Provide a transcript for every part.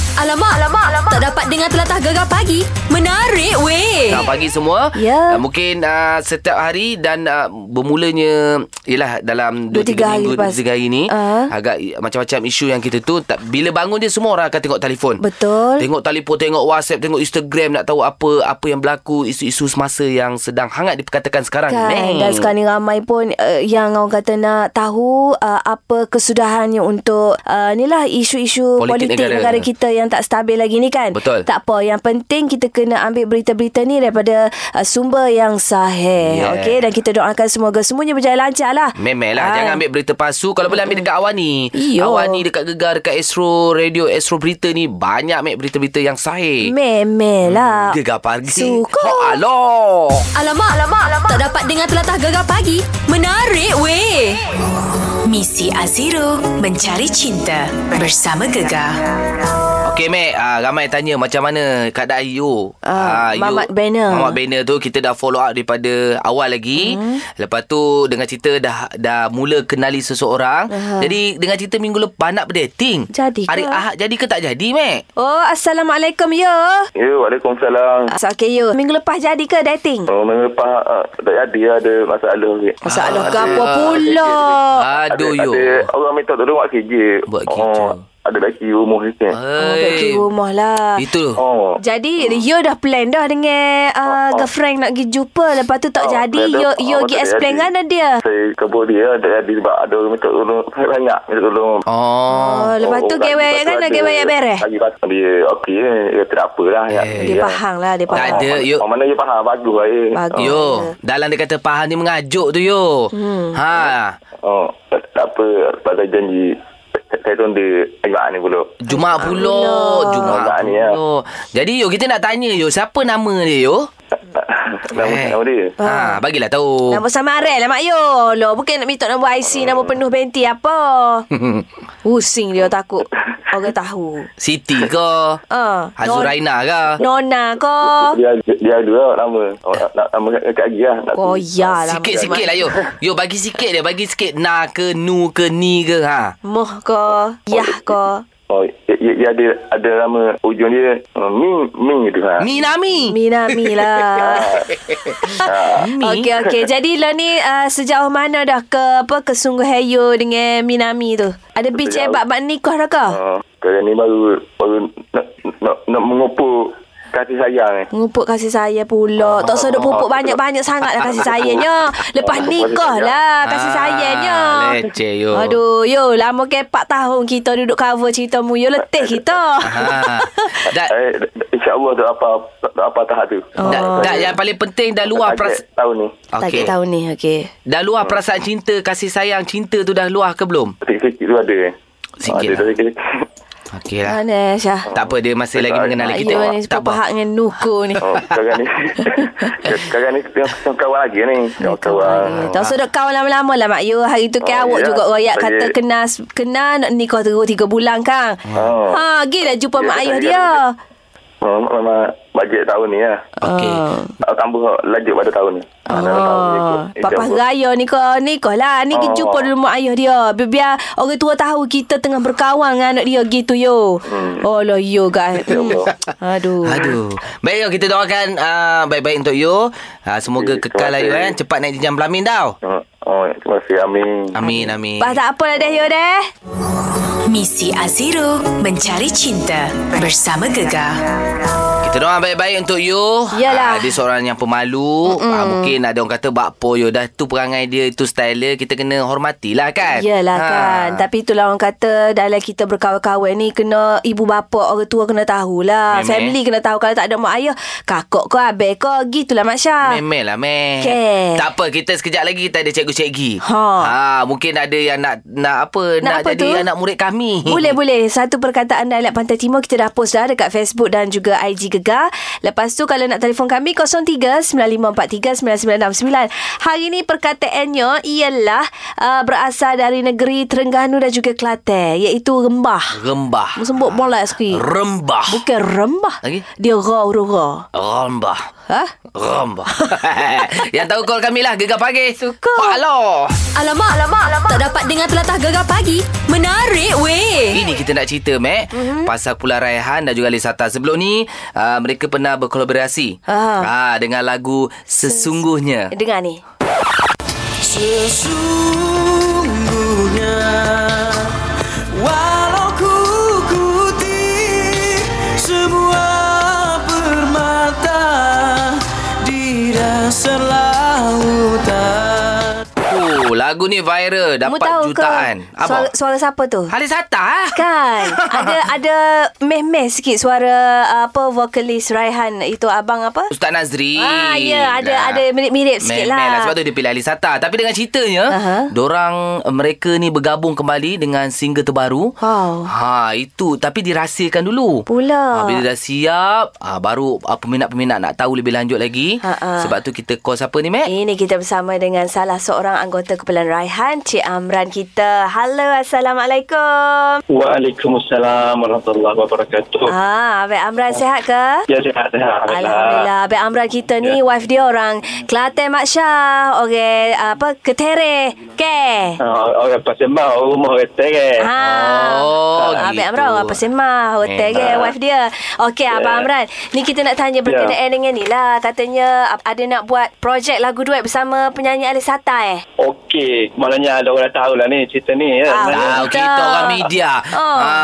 Alamak, alamak, alamak. Tak dapat dengar telatah gegar pagi. Menarik, weh. Selamat pagi semua. Ya. Uh, mungkin uh, setiap hari dan uh, bermulanya ialah dalam 2 Dua, tiga 3 hari minggu lepas. 3 hari ni Ah. agak i- macam-macam isu yang kita tu tak, bila bangun dia semua orang akan tengok telefon. Betul. Tengok telefon, tengok WhatsApp, tengok Instagram nak tahu apa apa yang berlaku, isu-isu semasa yang sedang hangat diperkatakan sekarang. Kan? Neng. Dan sekarang ni ramai pun uh, yang orang kata nak tahu uh, apa kesudahannya untuk uh, ni lah isu-isu politik, Politik politik negara. negara. negara kita yang tak stabil lagi ni kan. Betul. Tak apa. Yang penting kita kena ambil berita-berita ni daripada uh, sumber yang sahih. Yeah. Yeah. Okey dan kita doakan semoga semuanya berjalan lancar lah. Memel Kan. lah Jangan ambil berita palsu Kalau boleh ambil dekat Awani Iyo. Awani dekat Gegar Dekat Astro Radio Astro Berita ni Banyak ambil berita-berita yang sahih Memel lah. Hmm, Gegar pagi Suka. Oh aloh Alamak, alamak, alamak. Tak dapat dengar telatah gegar pagi. Menarik, weh. Misi Aziro mencari cinta bersama Gegar. Okey Mac ah, Ramai tanya Macam mana keadaan you Ah, you- Mamat Banner. Mamat Banner tu Kita dah follow up Daripada awal lagi hmm. Lepas tu Dengan cerita Dah dah mula kenali seseorang uh-huh. Jadi Dengan cerita minggu lepas Nak berdating Jadi ke? Hari Ahad jadi ke tak jadi Mac Oh, Assalamualaikum ya. Ya, Waalaikumsalam. So, okay ya. Minggu lepas jadi ke dating? Oh, minggu lepas uh, tak jadi lah, ada masalah sikit. Masalah Ah, ke apa ada- pula? Aduh ada, you ada orang minta tolong buat kerja. Buat kerja. Ah. Oh, ada lelaki umur sikit. Oh, duduk Hei. di rumah lah. Itu Oh. Jadi you dah plan dah dengan uh, girlfriend nak pergi jumpa lepas tu tak Oh, jadi saya you dah- you oh, pergi tak explain jadi. kan dia. Saya kebur dia tak jadi sebab ada orang minta tolong saya banyak minta tolong. Oh. Oh, lepas tu gewek kan dah gewek beres. Lagi patut dia okey eh, dia tak ada apalah. Ya. Eh. Dia faham lah dia Tak faham. ada, you- Oh, mana dia faham bagus lah. Eh. Bagus. Oh. Yo, dalam dia kata Pahan ni mengajuk tu yo. Hmm. Ha. Oh, tak, tak apa sebab saya janji saya- saya tunda agak ni pula. Jumaat pula, Jumaat Agak ni, ya. pula. Jadi yo kita nak tanya yo, siapa nama dia yo? Nama, Eh. nama dia. Ah. Ha, bagilah tahu. Nombor sama Arel lah Mak Yo Loh bukan nak minta nombor IC Nombor penuh benti apa Pusing dia takut Orang tahu Siti ke? Ah, Azuraina ke? Ah, Nona Oh. kau Dia dia ada lah nama. Oh, nak- Nama kat kat lagi lah. Nak- Oh ya lah Sikit-sikit lah yo. Yo bagi sikit dia, bagi sikit na ke nu ke ni ke ha. Moh kau Yah kau Oh, dia, dia dia ada ada nama ujung dia uh, Ming Ming gitu ha. Minami. Minami lah Okey okey. Jadi lo ni uh, sejauh mana dah ke apa ke Sungguh Hayo dengan Minami tu? Ada bincang Sejauh- bab-bab nikah dah ke? Uh, kali ni baru baru nak nak, nak mengumpul kasih sayang eh. ni. Ngupuk kasih saya Ah, pula. Tak usah duk pupuk banyak-banyak sangat lah kasih sayangnya. Lepas Ah, nikah lah kasih sayangnya. Ah, leceh, yo. Aduh, yo lama ke 4 tahun kita duduk cover cerita mu. Yo letih kita. Ha. Ah, Dah Eh, InsyaAllah tak apa tak apa tahap tu. dah, Oh. dah Oh. yang paling penting dah luar perasaan. Target tahun ni. Target tahun ni okey. Dah luar perasaan cinta, kasih sayang, cinta tu dah luar ke belum? Sikit-sikit tu ada. eh. Sikit Ada, lah. ada sikit. Okey lah. Ah. Mana Syah? Tak apa, dia masih lagi mengenali Ayo kita. ah. ni Tak sepuluh apa. pahak dengan Nuku ni. Oh, sekarang ni sekarang ni tengok- tengok kawan lagi ni. Tengok kawan. Tak usah duk kawan lama-lama lah Mak Yu Hari tu kan Oh, awak ya. juga royak Saya- kata kena kena nak nikah terus tiga bulan kan. Oh. Ha, gila jumpa Ya, mak ayah saya- dia. Oh, memang bajet tahun ni lah. Okey. Tak tambah lanjut pada tahun ni. Ah, dalam tahun ni ikut. Oh, Insya Papa Allah. Raya ni kau ni kau lah Ni oh. Oh. jumpa dulu mak ayah dia Biar, biar orang tua tahu kita tengah berkawan dengan anak dia gitu yo hmm. Oh lah yo guys hmm. Aduh Aduh. Baik yo, kita doakan ah, baik-baik untuk yo. Ah, semoga Terima kekal lah yo kasih. kan. Cepat naik jenjang pelamin tau. Oh, oh, terima kasih. Amin. Amin, amin. Bah tak apa lah deh yo deh Misi Aziro mencari cinta bersama Gegar. Kita doa baik-baik untuk you. Yalah. Ah, dia seorang yang pemalu. Ah, mungkin ada orang kata bakpo you. Dah tu perangai dia, itu style dia. Kita kena hormatilah kan. Yelah Ha. kan Tapi itulah orang kata Dalam kita berkawan-kawan ni Kena ibu bapa Orang tua kena tahulah Memang. Family kena tahu Kalau tak ada mak ayah Kakak kau Abang kau Gitulah Mak Syah Memel lah, Mel. Okey. Tak apa, kita sekejap lagi kita ada cikgu-cikgi. Ha. Mungkin ada yang nak nak apa, nak, Nak apa jadi tu? anak murid kami. Boleh boleh Satu perkataan dialek Pantai Timur Kita dah post dah Dekat Facebook dan juga IG Gegar Lepas tu kalau nak telefon kami 03-9543-9969. Hari ni perkataannya ialah uh, berasal dari negeri Terengganu dan juga Kelantan iaitu Rembah. Rembah. Sembuk bola sekali. Rembah. Bukan rembah. Lagi? Dia Ha? raw raw. Rembah. Hah? Rembah. Yang tahu call kami lah Gegar Pagi. Suka. Pak Loh. Alamak, alamak, alamak. Tak dapat dengar telatah gegar pagi. Menarik weh. Ini kita nak cerita, Mac. Mm-hmm. Mhm. Pasal Pula Raihan dan juga Lisata. Sebelum ni, uh, mereka pernah berkolaborasi Ah. uh, dengan lagu Sesungguhnya. Dengar ni. Sesungguhnya Walau ku kuti Semua permata Di dasar lautan Oh, lagu ni viral. Kamu Dapat tahu jutaan. ke suara, suara siapa tu? Halisata? eh? Kan Ada ada Meh-meh sikit Suara uh, Apa Vokalis Raihan Itu abang apa Ustaz Nazri Ah, ya, ada- ada mirip-mirip sikit Memel lah. Sebab tu dia pilih Alisata Tapi dengan ceritanya Aha. Dorang eh, Mereka ni bergabung kembali Dengan single terbaru Wow Ha itu Tapi dirahsiakan dulu Pula. ha, Bila dah siap ha, Baru ah, peminat-peminat nak tahu lebih lanjut lagi Ha, ha. Sebab tu kita call siapa ni Mac? Ini kita bersama dengan salah seorang anggota Kumpulan Raihan Cik Amran kita Halo Assalamualaikum Waalaikumsalam warahmatullahi wabarakatuh. Ah, Abang Amran sihat ke? Ya sihat-sihat. Alhamdulillah Abang Amran kita ni Wife dia orang Kelantan Mak Syah Orang apa Ketere Ke Ah, orang pasal mau rumah orang kan. terang. Ha. Oh, Ah, Abang gitu. Amran orang Persemah Hotel Memang. ke Wife dia Okey yeah. Abang Amran Ni kita nak tanya berkenaan yeah. dengan ni lah Katanya ap- Ada nak buat Projek lagu duet Bersama penyanyi Alif Sata eh Okey, maknanya ada orang tahu lah ni cerita ni ya. Ah, Sebenarnya. Tahu Kita. kita orang media. Oh. Ha,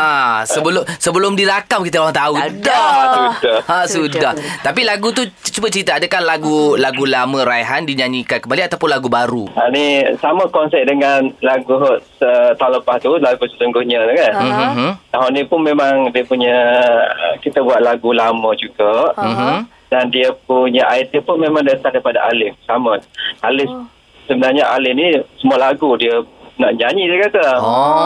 sebelum sebelum dirakam kita orang tahu. Dah. Sudah. Ha sudah. Sudah. Tapi lagu tu c- cuba cerita adakah lagu lagu lama Raihan dinyanyikan kembali ataupun lagu baru? Ha, ni sama konsep dengan lagu uh, tahun lepas tu, lagu sesungguhnya tu kan. Ah. Uh-huh. Mhm. Tahun ni pun memang dia punya, uh, kita buat lagu lama juga. Uh-huh. Dan dia punya idea pun memang datang daripada Alif. Sama. Alif, oh. sebenarnya Alif ni semua lagu dia nak nyanyi dia kata. Oh.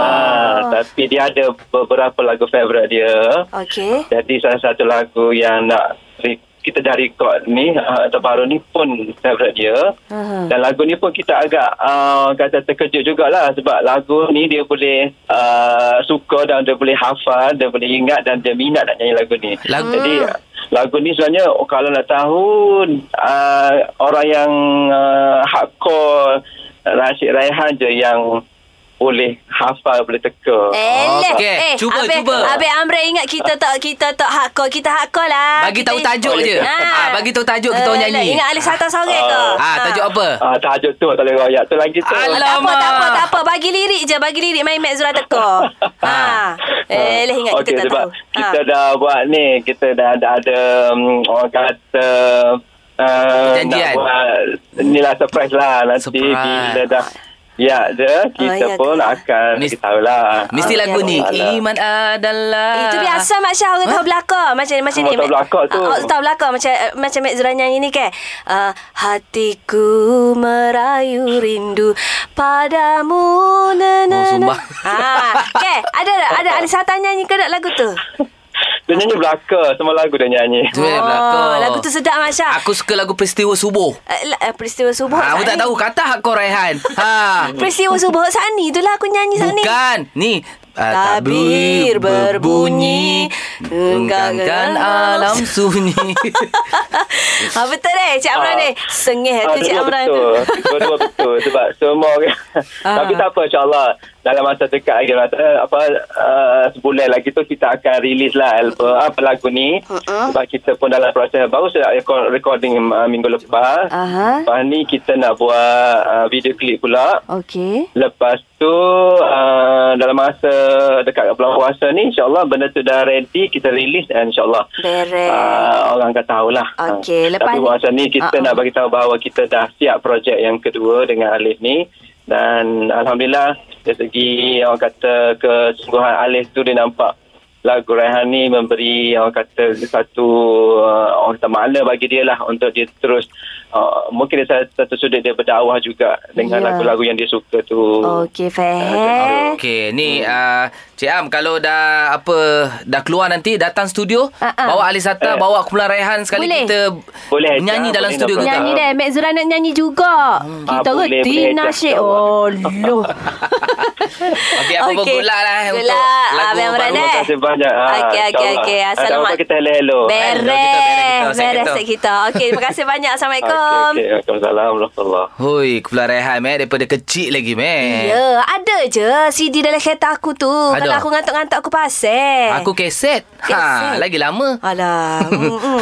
Ah, tapi dia ada beberapa lagu favourite dia. Okey Jadi salah satu lagu yang nak re- kita dah record ni uh, terbaru ni pun favourite dia. Aha. Dan lagu ni pun kita agak uh, kata terkejut jugalah sebab lagu ni dia boleh uh, suka dan dia boleh hafal, dia boleh ingat dan dia minat nak nyanyi lagu ni. Lagu- Jadi lagu ni sebenarnya oh, kalau nak tahu uh, orang yang uh, hardcore Rashid Raihan je yang boleh hafal, boleh teka. Eh, Elek. Okey, cuba, Abang, cuba. Abang Amran ingat kita tak kita tak hardcore, kita hardcore lah. Bagi kita, tahu tajuk je. Ah, bagi tahu tajuk kita orang Elek. nyanyi. Ingat Alif Sata Sorek ke? Ah, tajuk apa? Ah, tajuk tu tak boleh royak tu lagi tu. Tak Alah. apa, tak apa, Alamak. tak apa. Bagi lirik je, bagi lirik main Mek Zura Teko. Ah. ha. Eh, leh ingat Ah. Okey, kita tak sebab tahu. Ah. Kita dah buat ni, kita dah ada, ada um, orang kata uh, Perjanjian. nak buat ni lah surprise lah nanti Surprise. bila dah Ya je Kita ya pun ke? akan Mis- Kita tahu lah Ah, Mesti Okey, lagu ni Alah. Iman adalah Itu biasa Mak Syah orang tahu belakang macam macam Oh, ni. tahu Mak- belakang tu. Ah, ah, tahu belakang macam eh, macam Mek Zura nyanyi ni kan. Ah, hatiku merayu rindu padamu na na. Oh, na. sumbang. Ah, kan? Ada tak? ada ada satu nyanyi ke tak lagu tu? Dia nyanyi belaka Semua lagu dia nyanyi Tu yang belakang. Oh, lagu tu sedap Mak Syah. Aku suka lagu Peristiwa Subuh. Eh, la- eh, peristiwa subuh. Sani. Ha, aku tak tahu kata hak kau Raihan. Ha. Peristiwa subuh saat ni itulah aku nyanyi saat ni. Bukan. Ni. ah, Tabir berbunyi, Enggankan alam sunyi. ha, betul eh Cik Amran Ah. ni. Sengih Ah, tu Cik dua-dua Amran tu. Ah. betul. Dua-dua betul Sebab semua orang Tapi tak apa insyaAllah Dalam masa dekat lagi eh, apa, uh, Sebulan lagi tu Kita akan release lah album, apa, lagu ni Uh-uh. Sebab kita pun dalam proses Baru saya record, recording uh, minggu lepas Aha. Lepas ni kita nak buat uh, Video klip pula Okey. Lepas tu uh, dalam masa dekat bulan puasa ni insyaAllah benda tu dah ready kita release dan insyaAllah Beres. uh, orang akan tahulah. Okey, Ah. lepas Tapi ni- puasa ni Ah, kita ah. uh-uh. nak bagi tahu bahawa kita dah siap projek yang kedua dengan Alif ni dan Alhamdulillah dari segi orang kata kesungguhan Alif tu dia nampak lagu Raihan ni memberi orang kata satu uh, orang kata makna bagi dia lah untuk dia terus uh, mungkin dia satu sudut dia berdakwah juga dengan Ya. Ah, lagu-lagu yang dia suka tu. Okey, faham. Okey, ni uh, Cik Am kalau dah apa dah keluar nanti datang studio Ah, ah. bawa Alisata Eh. bawa Kumpulan Raihan sekali Boleh. kita Boleh, nyanyi Cik Am. dalam Boleh, studio tak kita. Nyanyi deh Mek Zura nak nyanyi juga Kita Ah, ke boleh, boleh, Tina Ejah. Syed InsyaAllah. Oh loh Okey, apa pun good luck lah, eh, untuk lagu Abang baru. Beranak Terima kasih banyak. Ah, Okey okey insyaAllah. okey Ah, tak Assalamualaikum apa, kita hello-hello. Beres Hello, kita beres, kita set Beres kita. set kita Okey terima kasih banyak Assalamualaikum Okey, okey. Waalaikumsalam warahmatullahi Hoi, Kumpulan Raihan meh daripada kecil lagi meh. Ya, ada je CD dalam kereta aku tu. Ada. Kalau aku ngantuk-ngantuk aku pasal. Aku keset. Keset. Ha, lagi lama. Alah. mm-mm. Oh.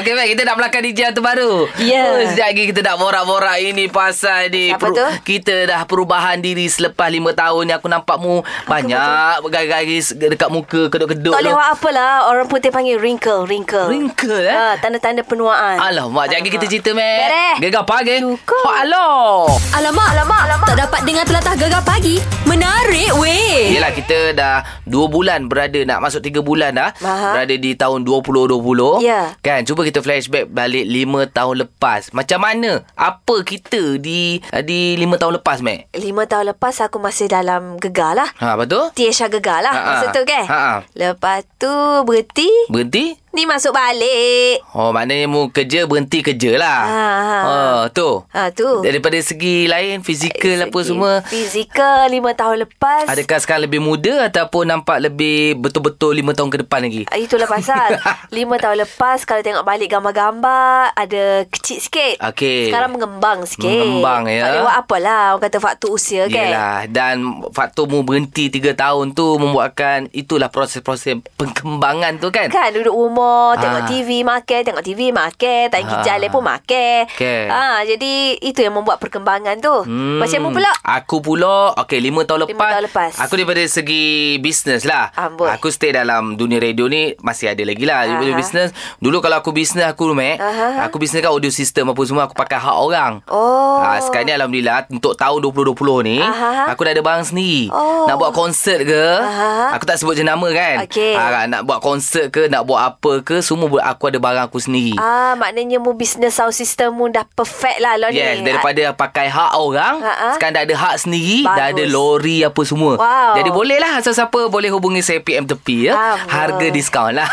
Okey, baik. Kita nak melakar DJ yang terbaru. Ya. Oh, sekejap lagi kita nak borak-borak ini pasal ni. Apa tu? Kita dah perubahan diri selepas lima tahun ni. Aku nampak mu banyak garis-garis dekat muka, kedut-kedut. tak boleh tu. buat apa lah. Orang putih panggil wrinkle, wrinkle. Wrinkle, eh? Ha, tanda-tanda penuaan. Alamak, jangan kita cerita, meh. Beres. Gegar pagi. Cukup. Aloh. Alamak, alamak, alamak. Tak dapat dengar telatah gegar pagi. Menarik weh. Eh. Yelah kita dah 2 bulan berada Nak masuk 3 bulan dah Aha. Berada di tahun 2020 Ya. Kan cuba kita flashback balik 5 tahun lepas Macam mana Apa kita di di 5 tahun lepas Mac Lima tahun lepas aku masih dalam gegar lah. Ha apa tu Tiesha gegar lah. Ha, ha. Masa tu kan? Ha, ha. Lepas tu berhenti. Berhenti Ni masuk balik. Oh maknanya mu kerja berhenti kerja lah Ha, ha. oh, Tu Ha, tu. Daripada segi lain Fizikal lah apa Segi semua Fizikal lima tahun lepas. Adakah sekarang lebih muda Ataupun nampak lebih Betul-betul 5 tahun ke depan lagi Ah, Itulah pasal Lima tahun lepas Kalau tengok balik gambar-gambar Ada kecil sikit Okey. Sekarang mengembang sikit Mengembang, ya. Tak boleh buat apalah Orang kata faktor usia kan Yelah Dan faktor mu berhenti 3 tahun tu Membuatkan Itulah proses-proses Pengkembangan tu kan Kan duduk rumah Ah. Tengok TV makan Tengok TV makan Tak pergi Ah. jalan pun makan Okey. ah, Jadi itu yang membuat perkembangan tu hmm. Macam mu pula Aku pula Okay 5 tahun Lima lepas tahun lepas. Ah, Aku daripada segi Bisnes lah Amboi. Aku stay dalam Dunia radio ni Masih ada lagi lah Daripada Aha. bisnes Dulu kalau aku bisnes Aku rumek Aha. Aku bisnes kan audio system Apa semua Aku pakai hak orang Oh. ha, Sekarang ni Alhamdulillah Untuk tahun 2020 ni Aha. Aku dah ada barang sendiri Oh. Nak buat konsert ke Aha. Aku tak sebut je nama kan Okey. ha, Nak buat konsert ke Nak buat apa ke Semua buat aku ada barang aku sendiri Ah, maknanya mu business sound system mu dah perfect lah Loni. Yes, daripada pakai hak orang, Ha-ha. sekarang dah ada hak sendiri, dah Bagus. ada lori apa semua. Wow. Jadi boleh lah asal siapa boleh hubungi saya PM tepi ya. Amboi. Harga diskaun lah.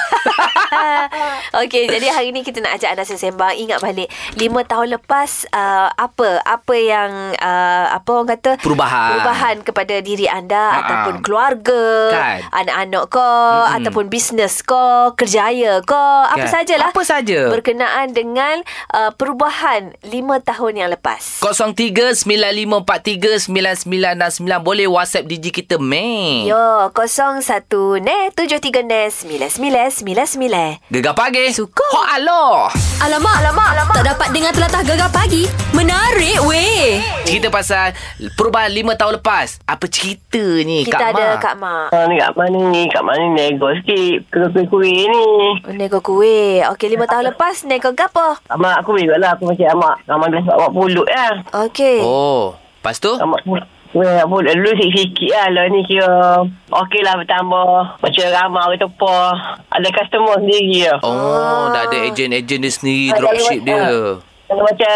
Ah, Okey, jadi hari ni kita nak ajak anda sembang ingat balik lima tahun lepas uh, apa apa yang uh, apa orang kata Perubahan. perubahan kepada diri anda Ha-ha. ataupun keluarga, Kan. anak-anak kau ataupun bisnes kau, kerjaya kau, apa lah. Kan. sajalah. Apa Ya. saja. Berkenaan dengan uh, perubahan lima tahun yang lepas. 0395439969 boleh WhatsApp DJ kita meh. Yo, 01 ne 73 ne 9999. Gegar pagi. Suka. Hot aloh. Alamak, alamak, alamak. Tak dapat dengar telatah gegar pagi. Menarik weh. Cerita pasal perubahan 5 tahun lepas. Apa ceritanya Kita Kak ada Ma? Kak Mak. Ha, ni kat mana ni? Kat mana nego sikit? Kuih-kuih ni. Nego kuih. Okey, lima tahun lepas nego gapo? Amak aku beli lah. Aku macam amak. Amak dah sebab amak pulut lah. Okey. Oh. Oh, lepas tu? Amak pulut. Amak pulut dulu sikit-sikit lah. Lah ni kira. Okey lah bertambah. Macam ramai orang tepa. Ada customer sendiri lah. Oh, dah ada ejen-ejen dia sendiri, Ah, dropship dah ada ha. dia. Kalau macam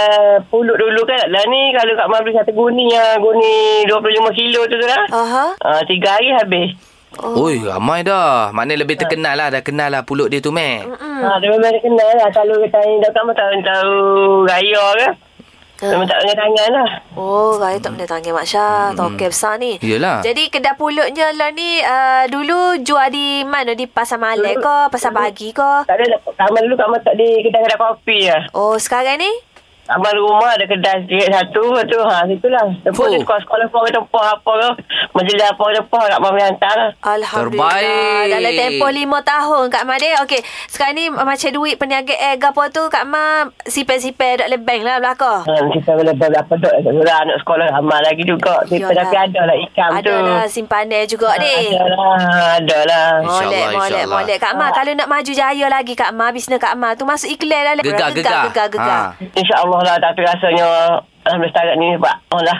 pulut dulu kan. Lah ni kalau kat Mak beli satu guni lah. Guni 25 kilo tu tu lah. Aha. Ah, tiga hari habis. Oh. Oi, ramai dah. Mana lebih terkenal lah. Dah kenal lah pulut dia tu, meh. Hmm. Ha, dia memang kenal lah. Kalau kita ni dah kat mana tahun-tahun raya kan. Hmm. Memang tak dengan tangan lah. Oh, Raya tak boleh tanggil Mak Syah. Hmm. Tokai besar ni. Yelah. Jadi, kedai pulutnya lah ni uh, dulu jual di mana? Di Pasar Malay ke? Pasar Pagi ke? Tak ada Kamal dulu Kamal tak di kedai-kedai kopi ya. Oh, sekarang ni? Kamal rumah ada kedai sikit satu tu ha situlah. Lepas Oh. tu sekolah-sekolah apa ke tempah apa ke majlis apa ke tempah nak mami hantar lah. Alhamdulillah. Terbaik. Dalam tempoh lima tahun Kak Mak dia. Okey, sekarang ni uh, macam duit peniaga air gapo tu Kak Mak sipir-sipir dok lebeng lah belakang. Ha, kita boleh berapa dok Mula anak sekolah ramai lagi juga Kita Yalah. tapi ada lah ikam Ada tu Ah, lah simpanan juga ni. Ada lah Ada lah InsyaAllah, Molek, molek, insyaAllah. molek. Kak Ah. Ma, kalau nak maju jaya lagi Kak Ma, bisnes Kak Ma tu masuk iklan lah. Gegar, Gegar, gegar. gegar, gegar. Ha. InsyaAllah lah Tapi rasanya Alhamdulillah setakat ni sebab Oh lah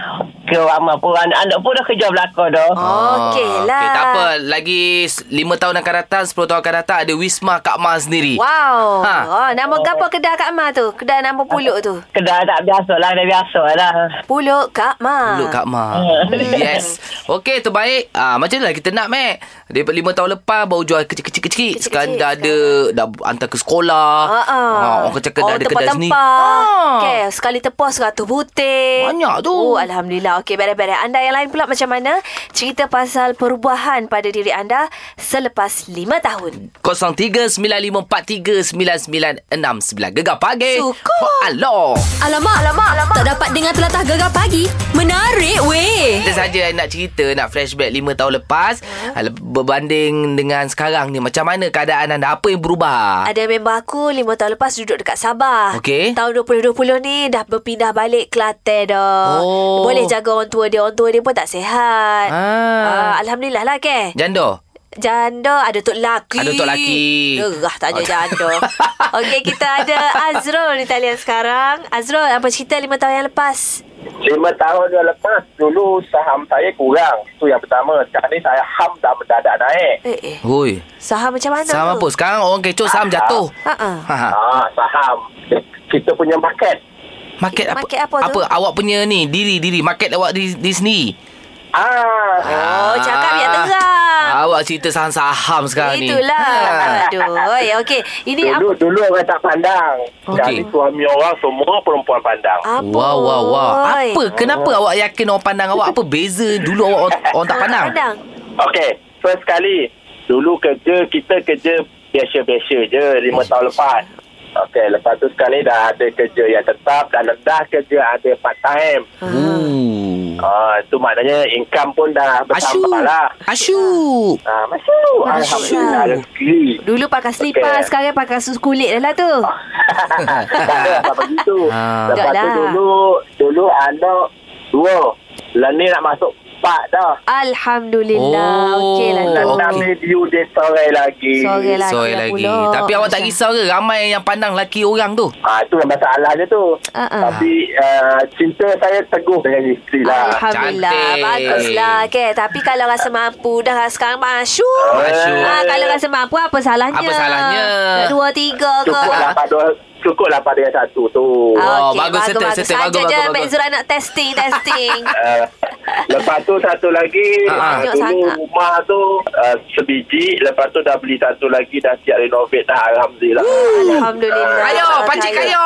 ke ramai pun anak-anak pun dah kerja belakang dah. Okey lah. Okay, Ah, Oh, tak apa. Lagi 5 tahun akan datang, 10 tahun akan datang ada Wisma Kak Ma sendiri. Wow. Ha. Ha. Oh, nama apa kedai Kak Ma tu? Kedai nama Puluk tu. Kedai tak biasa lah, dah biasa lah. Puluk Kak Ma. Look Kak Ma. yes. Okey, terbaik. Ah, macam lah kita nak, Mac. Daripada 5 tahun lepas baru jual kecil-kecil. Sekarang dah ada, dah hantar ke sekolah. Ha ah. Ah, orang kata kedai ada kedai sendiri. Ah. Okey, sekali tepah 100 butir. Banyak tu. Oh, alhamdulillah. Okey, beres-beres. Anda yang lain pula macam mana? Cerita pasal perubahan pada diri anda selepas 5 tahun. 0395439969 Gegar pagi. Suka. Hello. Alamak, alamak, alamak. Tak dapat dengar telatah gegar pagi. Menarik weh. Kita saja nak cerita Nak flashback 5 tahun lepas Ya. hmm. Berbanding dengan sekarang ni Macam mana keadaan anda Apa yang berubah Ada member aku 5 tahun lepas duduk dekat Sabah. Okey. Tahun 2020 ni dah berpindah balik Kelantan dah. Oh. Boleh jaga orang tua dia. Orang tua dia pun tak sihat. Ah, Ah. Alhamdulillah lah ke. Jando Janda ada tok laki. Ada tok laki. Gerah tanya Oh. janda. Okey, kita ada Azrul di talian sekarang. Azrul, apa cerita 5 tahun yang lepas? Lima tahun yang lepas dulu saham saya kurang. Itu yang pertama. Sekarang ni saya ham dah mendadak naik. Eh, eh. Hui Saham macam mana? Saham apa tu? Sekarang orang kecoh saham jatuh Ha ah. Ha. Ah, saham. Kita punya market. Market apa? Market apa tu? Apa awak punya ni diri diri market awak di, di sini. Ah, Oh, cakap biar terang. Awak cerita saham-saham sekarang Ah, ni. Ha. Ah. Itulah. Aduh. eh, Okey, ini apa dulu dulu orang tak pandang. Okey. Sekarang ni suami orang semua perempuan pandang. Apa? Wow, wow, wow. Oi. Apa? Kenapa awak yakin orang pandang awak? Apa beza dulu awak orang, orang tak pandang? Pandang. Okey, first kali dulu kerja kita kerja biasa-biasa je lima tahun lepas. Okey, lepas tu sekarang ni dah ada kerja yang tetap dan dah kerja ada part time. Ooh. Ah, itu maknanya income pun dah Asyuk. bertambah lah. Asyuk. Ah, masuk. Alhamdulillah rezeki. Dulu pakai selipar, Okey. Ah. sekarang pakai sus kulit dah lah tu. tak ada apa begitu. Ah. Lepas tu Dah lah. dulu dulu anak dua. Lah ni nak masuk empat dah. Alhamdulillah. Oh. Okey lah tu. Dan Okey. kami view dia sore lagi. Sore lagi. Sorry lah lagi. pula. Tapi awak tak Macam- risau ke ramai yang pandang laki orang tu? Eh. Ah, itu yang masalah dia tu. Uh-uh. Tapi uh, cinta saya teguh dengan isteri lah. Alhamdulillah Cantik. Baguslah okay. Tapi kalau rasa mampu Dah rasa sekarang masyuk Masyuk. ha, Kalau rasa mampu Apa salahnya Apa salahnya? Nak Dua tiga ke Cukup lah pada cukup lah pada yang satu tu. Ah. Oh, Uh. Okey, bagus, settle, settle. Saja Bagus, je bagus, Mek bagus. Zura nak testing Testing Ah, lepas tu satu lagi Ah, uh, ah. dulu Sangat. rumah tu uh, sebiji lepas tu dah beli satu lagi dah siap renovate dah alhamdulillah. Alhamdulillah Kayo, pancik kayo.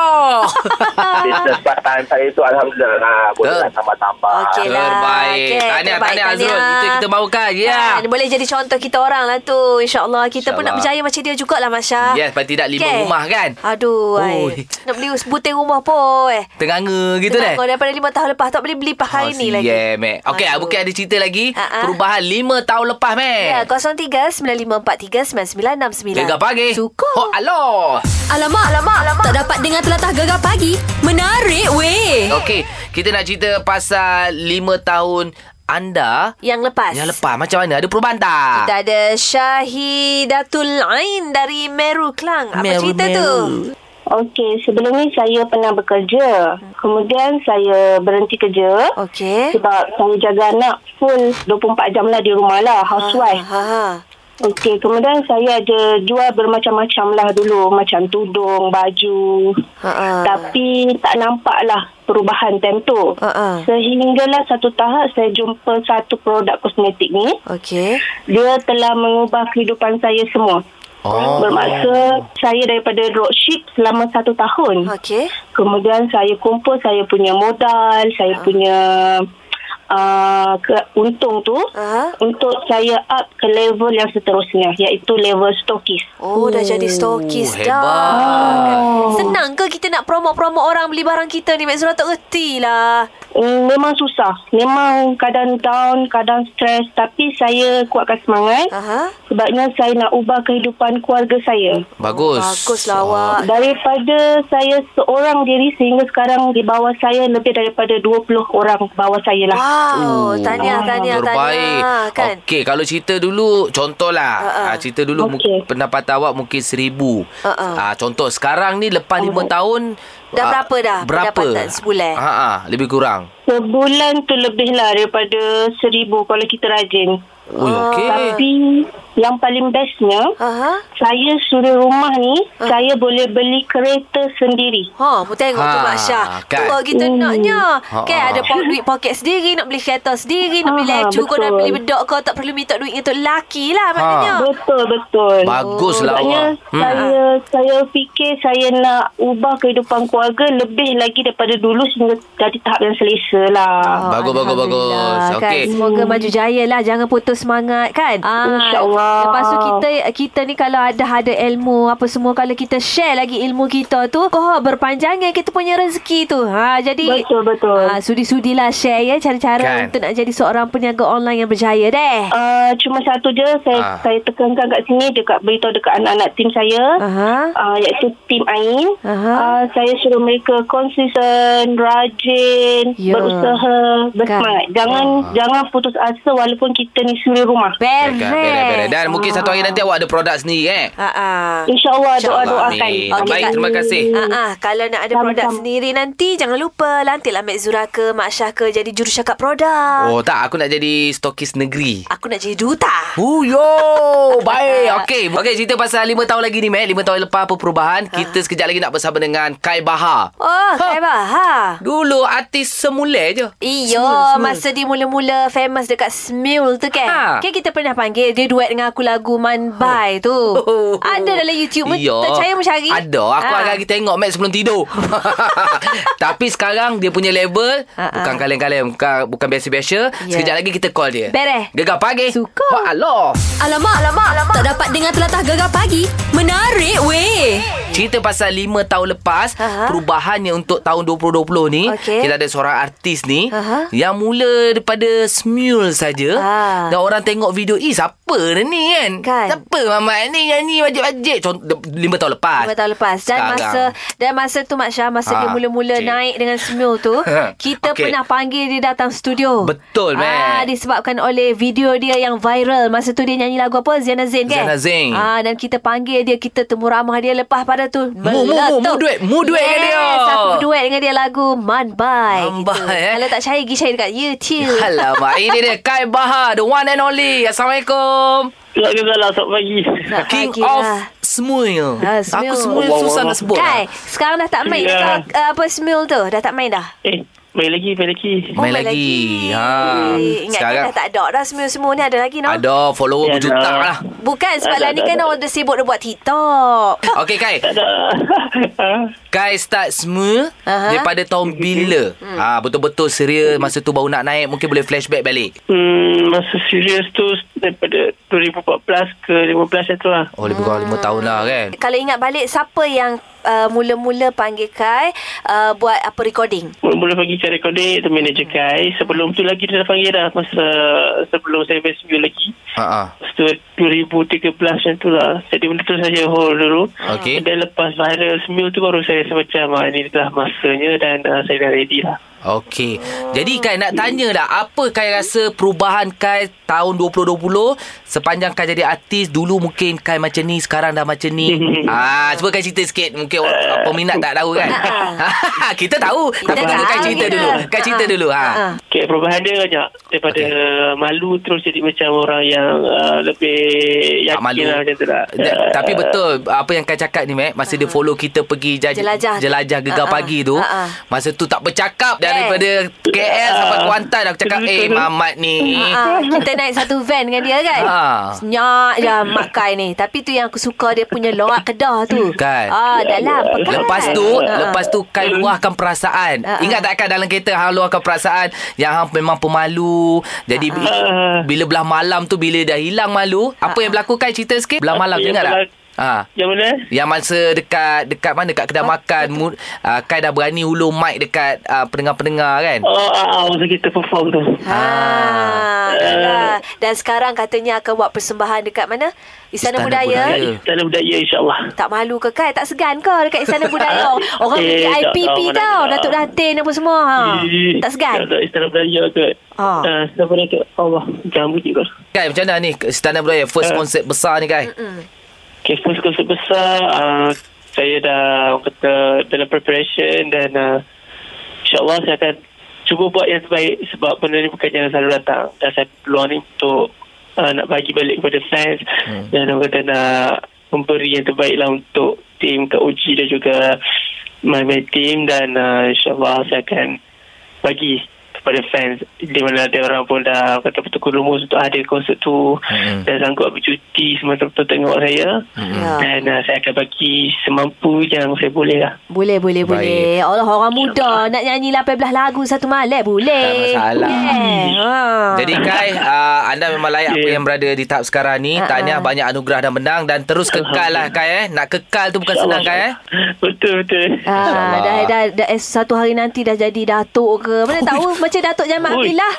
Business part time saya tu Alhamdulillah lah, Boleh lah Betul. tambah-tambah Okey lah. Terbaik. Okey, Tahniah, terbaik, tahniah, Azrul. Itu yang kita mahukan. Ya. Kan, boleh jadi contoh kita orang lah tu. InsyaAllah. Kita pun nak InsyaAllah. berjaya macam dia jugalah, Masya. Yes, paling tidak lima Okey. rumah kan? Aduh, Oi. ai. Nak beli sebutir rumah pun. Eh. Ternganga gitu deh. Tengok daripada lima tahun lepas. Tak boleh beli Oh, pakai ni lagi. Yeah, Mac. Okey, Aduh. Mungkin ada cerita lagi. Ha-ha. Perubahan lima tahun lepas, Mac. Ya, 03-9543-9969. Eh. Gegar pagi. Suka. Oh, aloh. Alamak, alamak, alamak. Tak dapat dengar telatah gegar pagi. Menarik weh. Eh. Okey, kita nak cerita pasal lima tahun anda Yang lepas. yang lepas. Macam mana? Ada perubahan tak? Kita ada Syahidatul Ain dari Meru Klang. Apa Meru, cerita meru. tu? Okey, sebelum ni saya pernah bekerja. Kemudian saya berhenti kerja. Okey. Sebab saya jaga anak full 24 jam lah di rumah lah, housewife. Ha, ha. Okey, kemudian saya ada jual bermacam-macam lah dulu. Macam tudung, baju. Ha, ha. Tapi tak nampak lah perubahan time tu. Ha, ha. Sehinggalah satu tahap saya jumpa satu produk kosmetik ni. Okey. Dia telah mengubah kehidupan saya semua. Oh. Bermaksa saya daripada dropship selama satu tahun. Okey. Kemudian saya kumpul saya punya modal, Ah. saya punya uh, ke, untung tu Ah. untuk saya up ke level yang seterusnya iaitu level stokis. Oh, dah jadi stokis hebat. dah. Senang ke kita nak promo-promo orang beli barang kita ni? Mek Zura tak reti lah. Mm, memang Ha, susah. Memang kadang down, kadang stres tapi saya kuatkan semangat. Aha. Sebabnya saya nak ubah kehidupan keluarga saya. Bagus. Baguslah awak. Daripada saya seorang diri sehingga sekarang di bawah saya lebih daripada 20 orang bawah saya lah. Wow, Oh, tahniah, tahniah, Oh, Terbaik. tahniah. Kan? Okey, kalau cerita dulu contohlah. Uh-uh. Ha, cerita dulu okay. Okey. pendapatan awak mungkin seribu. Uh-uh. Ha, contoh sekarang ni lepas lima tahun Dah ah, berapa dah Berapa? pendapatan sebulan? Ha ah, lebih kurang. Sebulan tu lebih lah daripada seribu kalau kita rajin. Ui, Oh, okey. Tapi yang paling bestnya, Aha. saya suruh rumah ni, saya boleh beli kereta sendiri. Ha, mu tengok tu Ha, Mak Syah. Tu kan. kalau kita Hmm. naknya. Ha, Kan ha. ada po- duit poket sendiri, nak beli kereta sendiri, nak beli Ha, lecu kau, nak betul. beli bedak kau, tak perlu minta duit untuk lelaki Ha. lah maknanya. Betul, betul. Baguslah Sebabnya awak. Hmm. saya saya fikir saya nak ubah kehidupan keluarga lebih lagi daripada dulu sehingga jadi tahap yang selesa lah. Bagus, bagus, Alhamdulillah, bagus. Kan? Okey. Semoga Hmm. maju jaya lah. Jangan putus semangat kan. Ah, InsyaAllah. Lepas tu kita kita ni kalau ada ada ilmu apa semua kalau kita share lagi ilmu kita tu, oh berpanjangnya kita punya rezeki tu. Ha jadi Betul, betul. Ah, sudi-sudilah share ya cara-cara Kan. untuk nak jadi seorang peniaga online yang berjaya deh. Uh, cuma satu je saya Ah. saya tekankan kat sini dekat beritahu dekat anak-anak tim saya Aha. uh, iaitu tim Ain Aha. uh, saya suruh mereka konsisten rajin Ya. berusaha bersemangat jangan Ah. jangan putus asa walaupun kita ni suri rumah Beres. Baiklah, baiklah, baiklah. Dan mungkin satu hari nanti awak ada produk sendiri eh. Ah ah. InsyaAllah InsyaAllah, doa-doakan. amin. Okey, Baik, Kak. terima kasih. Ah, ah, kalau nak ada produk Sama-sama. sendiri nanti jangan lupa lantiklah Mek Zura ke Mak Syah ke jadi jurusyakap produk. Oh, tak aku nak jadi stokis negeri. Aku nak jadi duta. Oh yo Baik Okey Okey cerita pasal 5 tahun lagi ni Mac 5 tahun lepas apa Ha. perubahan Kita sekejap lagi nak bersama dengan Kai Bahar Oh, Kaiba. Ha. Dulu artis semula je Iyo, masa dia mula-mula famous dekat Smule tu Ha. kan. Kan kita pernah panggil dia duet dengan aku lagu Man Bai tu. Ada dalam YouTube. mu- Iya. Tak percaya mu cari. Ada Aku Ha. agak-agak tengok Mac sebelum tidur Tapi sekarang Dia punya level Ha, ha. Bukan kaleng-kaleng Bukan, bukan biasa-biasa Ya. Sekejap lagi kita call dia Beres. Gegar pagi Suka. Wah, aloh Alamak, alamak, alamak. Tak dapat dengar telatah gegar pagi. Menarik weh. Cerita pasal 5 tahun lepas Aha. Perubahannya untuk tahun 2020 ni Okey. Kita ada seorang artis ni Aha. Yang mula daripada Smule saja Ah. Dan orang tengok video Eh siapa dia ni kan, Kan. Siapa mamat ni nyanyi wajib-wajib Contoh 5 tahun lepas Lima tahun lepas Dan Sekarang. masa Dan masa tu Mak Syah Masa Ha, dia mula-mula cik. naik Dengan semua tu Kita Okey. okay. pernah panggil dia datang studio Ah, Betul, Mat. Disebabkan oleh video dia yang viral Masa tu dia nyanyi lagu apa Ziana Zain kan Ziana Zain. ah, Dan kita panggil dia Kita temu ramah dia Lepas pada tu mu, meletup. mu duet, mu duet dengan dia. Yes Aku berduet dengan dia lagu Man Bai Man Bai, eh. Ya, lah, Kalau tak percaya Pergi cari dekat YouTube Alamak Ini dia Kai Bahar The one and only Assalamualaikum Waalaikumsalam, lah selamat pagi. Nak King panggil of lah. Smule Ah, Smule. Aku Smule Allah, susah Allah. nak sebut Kai lah. Sekarang dah tak main Ya. yeah. Apa Smule tu Dah tak main dah Eh, main lagi, main lagi. Main lagi, ha. Eh, Ingat Sekarang- Sekarang, dah tak ada dah semua-semua ni ada lagi no? Ada follower Ya, berjuta dah. lah Bukan sebab Ada, lah ni ada, kan ada. orang dah sibuk dia buat TikTok. Okay Kai Tak ada. Ah, Kai start semua Aha. Hmm. daripada tahun bila? Ah betul-betul serius masa tu baru nak naik mungkin boleh flashback balik. hmm, masa serius tu daripada 2014 ke 15 itu lah. Oh lebih Ah. kurang lima tahun lah kan. Kalau ingat balik siapa yang uh, mula-mula panggil Kai uh, buat apa recording? Mula-mula pagi saya recording Itu manager Kai Sebelum tu lagi Dia dah panggil dah Masa Sebelum saya best view lagi Ha ah. Masa tu 2013 macam tu lah Jadi benda tu saya hold dulu Okey. Dan lepas viral Semua tu baru saya rasa macam ah, Ini dah masanya Dan ah, saya dah ready lah Okey. Jadi Kai nak tanya lah apa Kai rasa perubahan Kai tahun 2020 sepanjang Kai jadi artis dulu mungkin Kai macam ni sekarang dah macam ni. ah cuba Kai cerita sikit mungkin orang peminat tak tahu kan. Kita tahu. tahu, Tapi mula Kai cerita kita. dulu. Kai Ha, cerita ha. dulu ha. Ha, Okay, perubahan dia banyak Daripada okay. malu Terus jadi macam orang yang uh, Lebih tak Yakin malu. lah macam tu lah Da- Tapi betul apa yang kau cakap ni Mac masa dia follow kita pergi jaj- Hmm. jelajah Jelajah tu. jelajah gegar Ah, ah. pagi tu Ah, ah. masa tu tak bercakap Yes. daripada KL sampai Ah. Kuantan aku cakap eh Mamat ni Ah, kita naik satu van dengan dia kan. Ha. Senyak je Mak Kai ni. Tapi tu yang aku suka dia punya lorak kedah tu. Kan. Ah, dalam pekat. Lepas tu Ah. Lepas tu Kai Hmm. luahkan perasaan Ah, ah. Ingat tak Kai dalam kereta Hang luahkan perasaan Yang Hang memang pemalu Jadi Ha, ah, bi- bila belah malam tu Bila dah hilang malu Apa yang berlaku Kai cerita sikit Belah malam tu yang ingat tak? berlaku, Ha. Macam mana? Yang masa dekat dekat mana dekat Ah, kedai makan mu, uh, Kai dah berani hulur mic dekat uh, pendengar-pendengar kan. Oh, ah, ah, masa kita perform tu. Ah, uh, dan sekarang katanya akan buat persembahan dekat mana? Istana, Istana Budaya. Budaya. Ya. Dalam budaya insyaAllah. Tak malu ke Kai? Tak segan ke dekat Istana Budaya? Orang Eh, tak VIPP tau. tahu, tak tahu. Datuk Datin apa semua. Ha. Eh, Tak segan? Tak, tak, istana budaya ke. Ah. Ah. istana budaya ke. Allah, jangan bunyi kot. Kai macam mana ni Istana Budaya first Ah. konsert besar ni Kai? Okay, first konsert besar. Uh, saya dah orang kata dalam preparation dan uh, insyaAllah saya akan cuba buat yang terbaik sebab benda ni bukan yang selalu datang. Dan saya peluang ni untuk uh, nak bagi balik kepada fans hmm. dan orang kata nak memberi yang terbaik lah untuk tim Kak Uji dan juga my, my team dan uh, insyaAllah saya akan bagi kepada fans di mana ada orang pun dah kata betul lumus untuk hadir konsert Mm-mm. tu mm-hmm. dan sanggup bercuti semasa betul tengok saya Mm-mm. Ya. dan uh, saya akan bagi semampu yang saya boleh lah Boleh, boleh, Baik. boleh. Allah orang muda nak nyanyi 18 lagu satu malam boleh. Tak masalah. Boleh. Ha. Jadi Kai uh, anda memang layak yeah. apa Yeah. yang berada di tahap sekarang ni. Ah, Uh-uh. ah. Tahniah banyak anugerah dan menang dan terus kekal lah Kai eh. Nak kekal tu bukan senang Kai eh. betul betul Ah, dah, dah, dah, eh, satu hari nanti dah jadi datuk ke Mana tahu macam datuk Jamal Oi. Afilah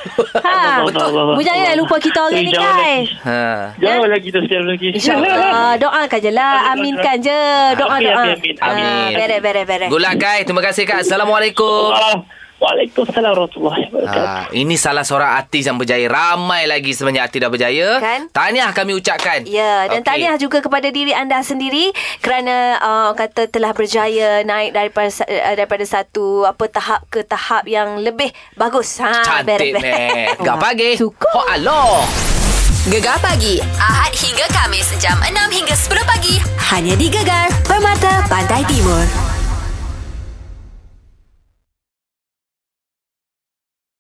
ha. Allah, Allah, Allah. Bu jangan lupa kita Eh, hari ni jangan guys lagi. Ha. Jauh lagi tu sekali lagi InsyaAllah Doakan je lah Aminkan je Doa Amin, doa amin, amin. Ah, Amin. Beres beres beres Ha. Good luck Kai. Terima kasih Kak. Assalamualaikum. Ah, Waalaikumsalam warahmatullahi Ha, wabarakatuh ini salah seorang artis yang berjaya. Ramai lagi sebenarnya artis dah berjaya. Kan? Tahniah kami ucapkan. Ya, dan okay. tahniah juga kepada diri anda sendiri kerana uh, orang kata telah berjaya naik daripada sa- eh, daripada satu apa tahap ke tahap yang lebih bagus. Ha, Cantik ni. Gak pagi. Suka. Ho aloh. Gegar pagi Ahad hingga Kamis jam 6 hingga 10 pagi Hanya di Gegar Permata Pantai Timur.